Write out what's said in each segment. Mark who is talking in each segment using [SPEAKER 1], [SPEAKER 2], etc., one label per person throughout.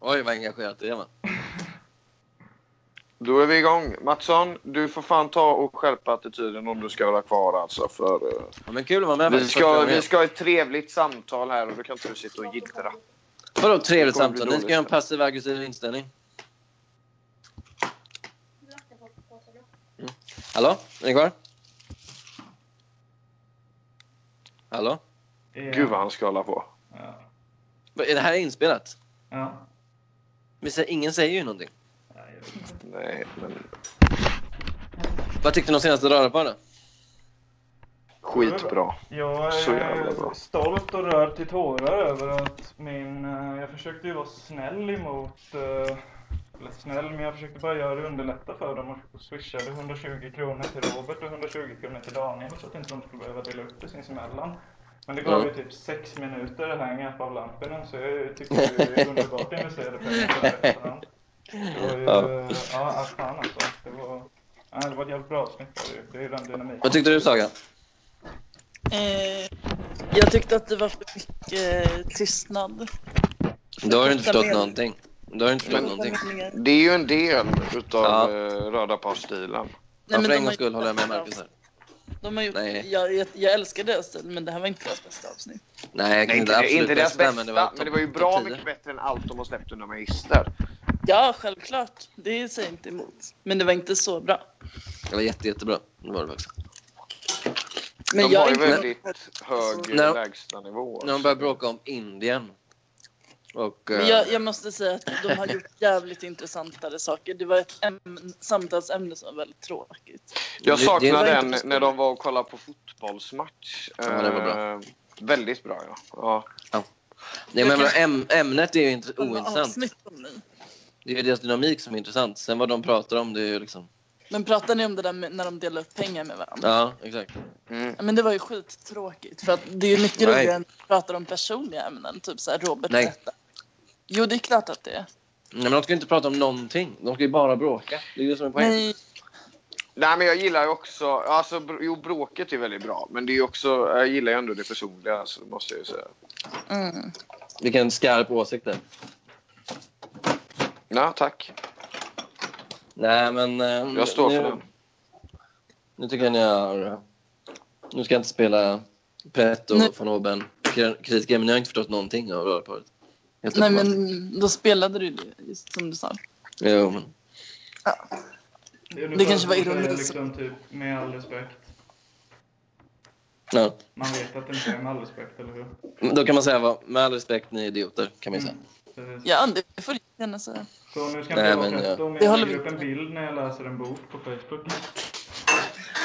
[SPEAKER 1] Oj, vad engagerat det var.
[SPEAKER 2] Då är vi igång. Mattsson, du får fan ta och skärpa attityden om du ska vara kvar alltså. För, eh,
[SPEAKER 1] Ja, men kul att vara med.
[SPEAKER 2] vi,
[SPEAKER 1] faktiskt, första
[SPEAKER 2] ska,
[SPEAKER 1] gången.
[SPEAKER 2] vi ska ha ett trevligt samtal här och då kan inte du sitta och gittra.
[SPEAKER 1] Vadå trevligt
[SPEAKER 2] Det kommer bli
[SPEAKER 1] samtal? Ni ska
[SPEAKER 2] dåligt.
[SPEAKER 1] ha en passiv aggressiv inställning. Mm. Hallå? Är ni kvar? Hallå?
[SPEAKER 3] Ja.
[SPEAKER 2] Gud vad han ska hålla på.
[SPEAKER 3] Ja.
[SPEAKER 1] Va, Är det här inspelat?
[SPEAKER 3] Ja.
[SPEAKER 1] Men så- Ingen säger ju någonting.
[SPEAKER 3] Ja, jag vet inte.
[SPEAKER 2] Nej, men
[SPEAKER 1] Vad tyckte ni om senaste radarparet?
[SPEAKER 2] skitbra.
[SPEAKER 3] Jag
[SPEAKER 2] Så jävla
[SPEAKER 3] är
[SPEAKER 2] bra.
[SPEAKER 3] stolt och rörd till tårar över att min... eh, Jag försökte ju vara snäll emot... eh, Eller snäll, men jag försökte bara göra det underlätta för dem och swishade 120 kronor till Robert och 120 kronor till Daniel så att inte de skulle behöva dela upp det sinsemellan. Men det gav ju typ sex minuter det här gap av lamporna så jag tycker det är underbart investerade pengar för efterhand. Det var ju...
[SPEAKER 1] Ja.
[SPEAKER 3] eh, Ja, ah, fan alltså. Det var... Ja, det var ett jävligt bra avsnitt var det ju. Det är ju den dynamiken.
[SPEAKER 1] Vad tyckte du Saga?
[SPEAKER 4] Eh, jag tyckte att det var för mycket eh, tystnad.
[SPEAKER 1] Du har ju inte
[SPEAKER 4] Förkorta
[SPEAKER 1] förstått
[SPEAKER 4] mer.
[SPEAKER 1] någonting. Du har ju inte förstått
[SPEAKER 2] Men-
[SPEAKER 1] någonting.
[SPEAKER 4] Nej,
[SPEAKER 2] Det är ju en del utav
[SPEAKER 1] Ja.
[SPEAKER 2] eh, röda par-stilen.
[SPEAKER 1] Ja, för
[SPEAKER 4] de
[SPEAKER 1] en
[SPEAKER 4] har
[SPEAKER 1] gångs skull
[SPEAKER 4] gjort
[SPEAKER 1] håller jag med
[SPEAKER 4] bättra
[SPEAKER 1] Marcus
[SPEAKER 4] av-
[SPEAKER 1] här.
[SPEAKER 4] De har gjort,
[SPEAKER 1] Nej.
[SPEAKER 4] jag, jag, jag älskar deras stil, men det här var inte deras bästa avsnitt.
[SPEAKER 1] Nej, jag kan
[SPEAKER 2] Nej,
[SPEAKER 1] inte
[SPEAKER 2] inte,
[SPEAKER 1] absolut
[SPEAKER 2] inte deras bästa, men det var,
[SPEAKER 1] topp-
[SPEAKER 2] ju
[SPEAKER 1] topp
[SPEAKER 2] bra
[SPEAKER 1] 10.
[SPEAKER 2] mycket bättre än allt de har släppt under Magister.
[SPEAKER 4] Ja, självklart. Det säger jag inte emot. Men det var inte så bra.
[SPEAKER 1] Det var jätte, jättebra. Det var det faktiskt.
[SPEAKER 4] Men
[SPEAKER 2] de
[SPEAKER 4] jag
[SPEAKER 2] har
[SPEAKER 4] är
[SPEAKER 2] ju
[SPEAKER 4] inte-
[SPEAKER 2] väldigt hög
[SPEAKER 1] Nej.
[SPEAKER 2] no. lägstanivå.
[SPEAKER 1] När de började bråka om Indien. Och...
[SPEAKER 4] Men
[SPEAKER 1] eh,
[SPEAKER 4] jag, jag måste säga att de har gjort jävligt intressantare saker. Det var ett ämn- samtalsämne som var väldigt tråkigt.
[SPEAKER 2] Jag
[SPEAKER 1] det- det-
[SPEAKER 2] saknade
[SPEAKER 4] det-
[SPEAKER 2] den när de var och kollade på fotbollsmatch.
[SPEAKER 1] Ja, det var
[SPEAKER 2] Eh, väldigt bra, ja. ja.
[SPEAKER 1] Nej, men jag menar, äm, ämnet är ju inte,
[SPEAKER 4] Samma
[SPEAKER 1] ointressant.
[SPEAKER 4] avsnitt om ni.
[SPEAKER 1] Det är ju deras dynamik som är intressant. Sen vad de pratar om, det är ju liksom...
[SPEAKER 4] Men pratar ni om det där med, när de delar upp pengar med varandra?
[SPEAKER 1] Ja, exakt.
[SPEAKER 2] Mm.
[SPEAKER 4] Ja, Men det var ju skittråkigt för att det är ju mycket
[SPEAKER 1] Nej.
[SPEAKER 4] roligare än att prata om personliga ämnen, typ såhär Robert
[SPEAKER 1] Nej.
[SPEAKER 4] detta. Jo det är klart att det är.
[SPEAKER 1] Nej, men de ska ju inte prata om någonting. De ska ju bara bråka. Det är ju det som är poängen.
[SPEAKER 4] Nej,
[SPEAKER 2] Nej, men jag gillar ju också... Alltså, br- jo, bråket är väldigt bra, men det är ju också, jag gillar ju ändå det personliga, alltså, måste jag ju säga.
[SPEAKER 4] mm.
[SPEAKER 1] Vilken skarp åsikt där.
[SPEAKER 2] Ja, tack.
[SPEAKER 1] Nej, men... eh,
[SPEAKER 2] Jag står
[SPEAKER 1] nu,
[SPEAKER 2] för den.
[SPEAKER 1] Nu tycker jag ni har... eh, Nu ska jag inte spela Pretto,
[SPEAKER 4] Nej.
[SPEAKER 1] von Oben, kri- kritiker, men ni har inte förstått någonting av rörparet. Helt
[SPEAKER 4] Nej
[SPEAKER 1] uppenbart.
[SPEAKER 4] men då spelade du det just som du sa.
[SPEAKER 1] Jo, men...
[SPEAKER 3] är
[SPEAKER 4] Det kanske var
[SPEAKER 3] ungefär som att
[SPEAKER 4] ironi
[SPEAKER 3] säga
[SPEAKER 4] som-
[SPEAKER 3] Liksom, typ, med all respekt.
[SPEAKER 1] Ja.
[SPEAKER 3] Man vet att det inte är med all respekt, eller hur? Mm,
[SPEAKER 1] Då kan man säga vad, med all respekt, ni är idioter, kan man ju säga.
[SPEAKER 3] Precis.
[SPEAKER 4] Ja det får du gärna säga.
[SPEAKER 3] Så nu ska
[SPEAKER 1] Nej,
[SPEAKER 3] inte jag
[SPEAKER 1] men,
[SPEAKER 3] vara
[SPEAKER 1] ja.
[SPEAKER 3] petto, men
[SPEAKER 4] Det
[SPEAKER 3] jag
[SPEAKER 4] håller
[SPEAKER 3] lägger upp
[SPEAKER 4] vi-
[SPEAKER 3] en bild när jag läser en bok på Facebook.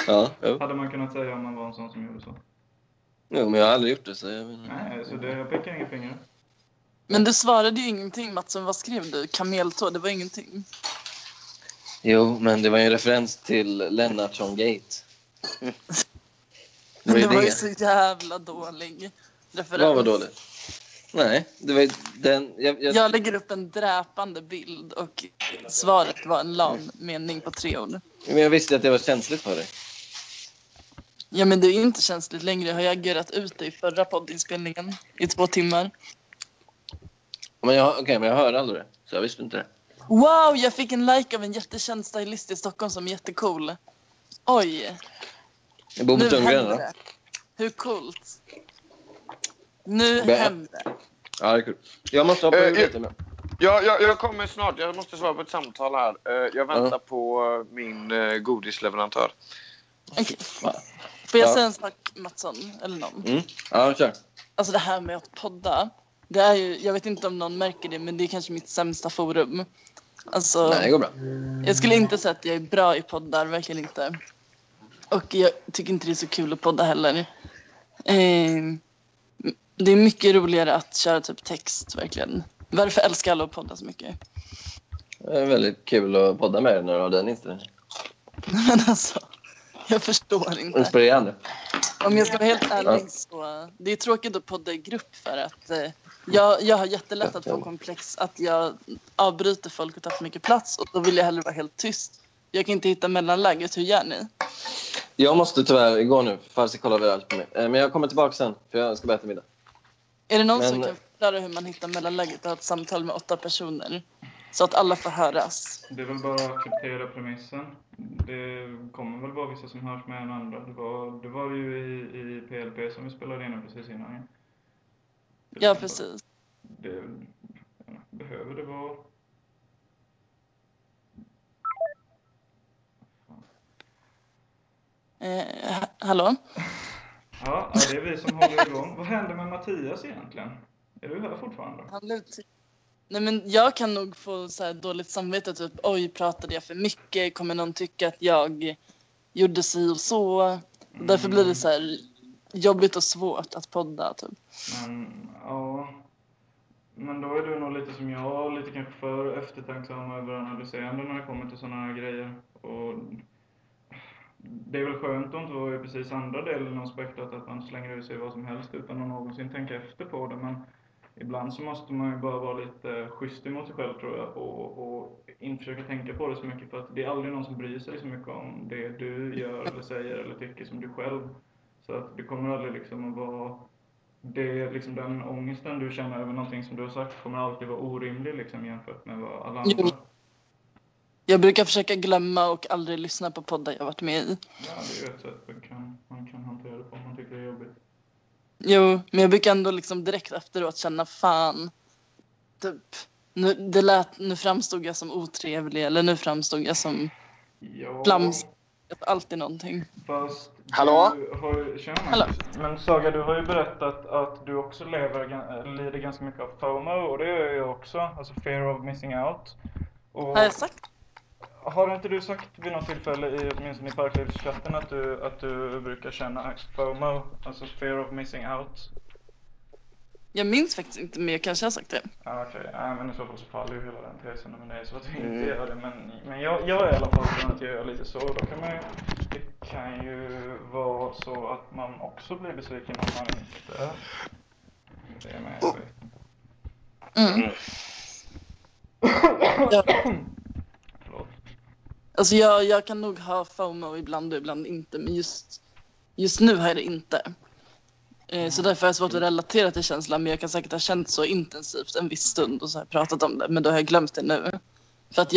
[SPEAKER 1] Ja, jo.
[SPEAKER 3] Hade man kunnat säga om man var en sån som gjorde så.
[SPEAKER 1] jo, men jag har aldrig gjort det, så jag menar...
[SPEAKER 3] Nej, så det, jag pekar inga fingrar.
[SPEAKER 4] Men du svarade ju ingenting Mattsson, vad skrev du? Kameltå, det var ingenting.
[SPEAKER 1] Jo, men det var ju en referens till Lennartsson Gate. Det var ju
[SPEAKER 4] Det var ju
[SPEAKER 1] det.
[SPEAKER 4] så jävla dålig referens.
[SPEAKER 1] Vad var dåligt? Nej, det var ju den... Jag, jag,
[SPEAKER 4] Jag lägger upp en dräpande bild och svaret var en lam mening på tre ord.
[SPEAKER 1] men jag visste att det var känsligt för dig.
[SPEAKER 4] Ja men det är inte känsligt längre. Har jag agerat ut det i förra poddinspelningen i två timmar?
[SPEAKER 1] Men jag, okej, men jag hörde aldrig det, så jag visste inte det.
[SPEAKER 4] Wow, jag fick en like av en jättekänd stylist i Stockholm som är jättecool. Oj,
[SPEAKER 1] Jag bor på
[SPEAKER 4] nu
[SPEAKER 1] Tungren,
[SPEAKER 4] händer
[SPEAKER 1] då.
[SPEAKER 4] det. Hur coolt. Nu
[SPEAKER 1] Bä.
[SPEAKER 4] händer det.
[SPEAKER 1] Ja, det är kul. Jag måste hoppa
[SPEAKER 2] Eh,
[SPEAKER 1] ur
[SPEAKER 2] jag-
[SPEAKER 1] lite. men-
[SPEAKER 2] Ja, jag, jag kommer snart. Jag måste svara på ett samtal här. Eh, Jag väntar på eh, min eh, godisleverantör.
[SPEAKER 4] Okej.
[SPEAKER 1] Fan.
[SPEAKER 4] Får jag
[SPEAKER 1] Ja.
[SPEAKER 4] säga en sak Mattsson, eller någon?
[SPEAKER 1] Mm. Ja, kör.
[SPEAKER 4] Alltså det här med att podda. Det är ju, jag vet inte om någon märker det, men det är kanske mitt sämsta forum. Alltså,
[SPEAKER 1] Nej, det går bra.
[SPEAKER 4] Jag skulle inte säga att jag är bra i poddar, verkligen inte. Och jag tycker inte det är så kul att podda heller. Eh, det är mycket roligare att köra typ text, verkligen. Varför älskar alla att podda så mycket?
[SPEAKER 1] Det är väldigt kul att podda med dig när du har den inställningen.
[SPEAKER 4] Men alltså, jag förstår inte.
[SPEAKER 1] Inspirerande.
[SPEAKER 4] Om jag ska vara helt
[SPEAKER 1] Ja.
[SPEAKER 4] ärlig så, det är tråkigt att podda i grupp för att eh, jag, jag har jättelätt att få komplex att jag avbryter folk och tar för mycket plats och då vill jag hellre vara helt tyst. Jag kan inte hitta mellanläget, hur gör ni?
[SPEAKER 1] Jag måste tyvärr gå nu. Farsi kollar överallt på mig. Eh, Men jag kommer tillbaka sen, för jag ska bara äta middag.
[SPEAKER 4] Är det någon
[SPEAKER 1] Men-
[SPEAKER 4] som kan förklara hur man hittar mellanläget och har ett samtal med åtta personer. Så att alla får höras.
[SPEAKER 3] Det är väl bara att acceptera premissen. Det kommer väl vara vissa som hörs med än andra. Det var, det var ju i, i PLP som vi spelade in precis innan. ju. Det är
[SPEAKER 4] Ja,
[SPEAKER 3] väl bara-
[SPEAKER 4] precis.
[SPEAKER 3] Det, behöver det vara...
[SPEAKER 4] Eh, ha- hallå?
[SPEAKER 3] Ja, ja, det är vi som håller igång. Vad hände med Mattias egentligen? Är du här fortfarande?
[SPEAKER 4] Han blev ty- Nej, men jag kan nog få så här dåligt samvete. Typ, oj, pratade jag för mycket? Kommer någon tycka att jag gjorde si och så? Och Därför blir det så här jobbigt och svårt att podda. Typ.
[SPEAKER 3] Men, ja. Men då är du nog lite som jag, lite kanske för eftertänksam och överanalyserande när det kommer till sådana här grejer. Och det är väl skönt att inte vara i precis andra delen av spektrat, att man slänger ur sig vad som helst utan att någonsin tänka efter på det. Men ibland så måste man ju bara vara lite schysst emot sig själv tror jag och, och inte försöka tänka på det så mycket för att det är aldrig någon som bryr sig så mycket om det du gör eller säger eller tycker som du själv. Så att du kommer aldrig liksom att vara det är liksom den ångesten du känner över någonting som du har sagt kommer alltid vara orimlig liksom, jämfört med vad alla andra.
[SPEAKER 4] Jo. Jag brukar försöka glömma och aldrig lyssna på poddar jag varit med i.
[SPEAKER 3] Ja, det är ju ett sätt man kan, man kan hantera det på om man tycker det är jobbigt.
[SPEAKER 4] Jo, men jag brukar ändå liksom direkt efteråt känna fan. Typ, nu, det lät, nu framstod jag som otrevlig eller nu framstod jag som
[SPEAKER 3] Ja,
[SPEAKER 4] Plams. alltid någonting.
[SPEAKER 3] fast
[SPEAKER 2] Hallå?
[SPEAKER 3] du har ju... Tjena, Magnus.
[SPEAKER 4] Hallå.
[SPEAKER 3] Men Saga, du har ju berättat att du också lever, ga- lider ganska mycket av FOMO och det gör jag också. Alltså fear of missing out. Och...
[SPEAKER 4] Har jag sagt?
[SPEAKER 3] Har inte du sagt vid något tillfälle, i, åtminstone i Parklivschatten, att du, att du brukar känna FOMO, alltså fear of missing out?
[SPEAKER 4] Jag minns faktiskt inte men jag kanske har sagt det.
[SPEAKER 3] Ja, okej. Nej, men i så fall så faller ju hela den tesen om det är så att vi
[SPEAKER 2] Mm.
[SPEAKER 3] inte gör det. Men, men jag, jag är i alla fall den att jag gör lite så. Då kan man ju, det kan ju vara så att man också blir besviken om man inte det är med. Jag vet inte.
[SPEAKER 4] Mm. Ja.
[SPEAKER 3] Förlåt.
[SPEAKER 4] Alltså jag, jag kan nog ha FOMO ibland och ibland inte, men just, just nu har jag det inte. Eh, Så därför har jag svårt att relatera till känslan, men jag kan säkert ha känt så intensivt en viss stund och så har jag pratat om det, men då har jag glömt det nu. För att jag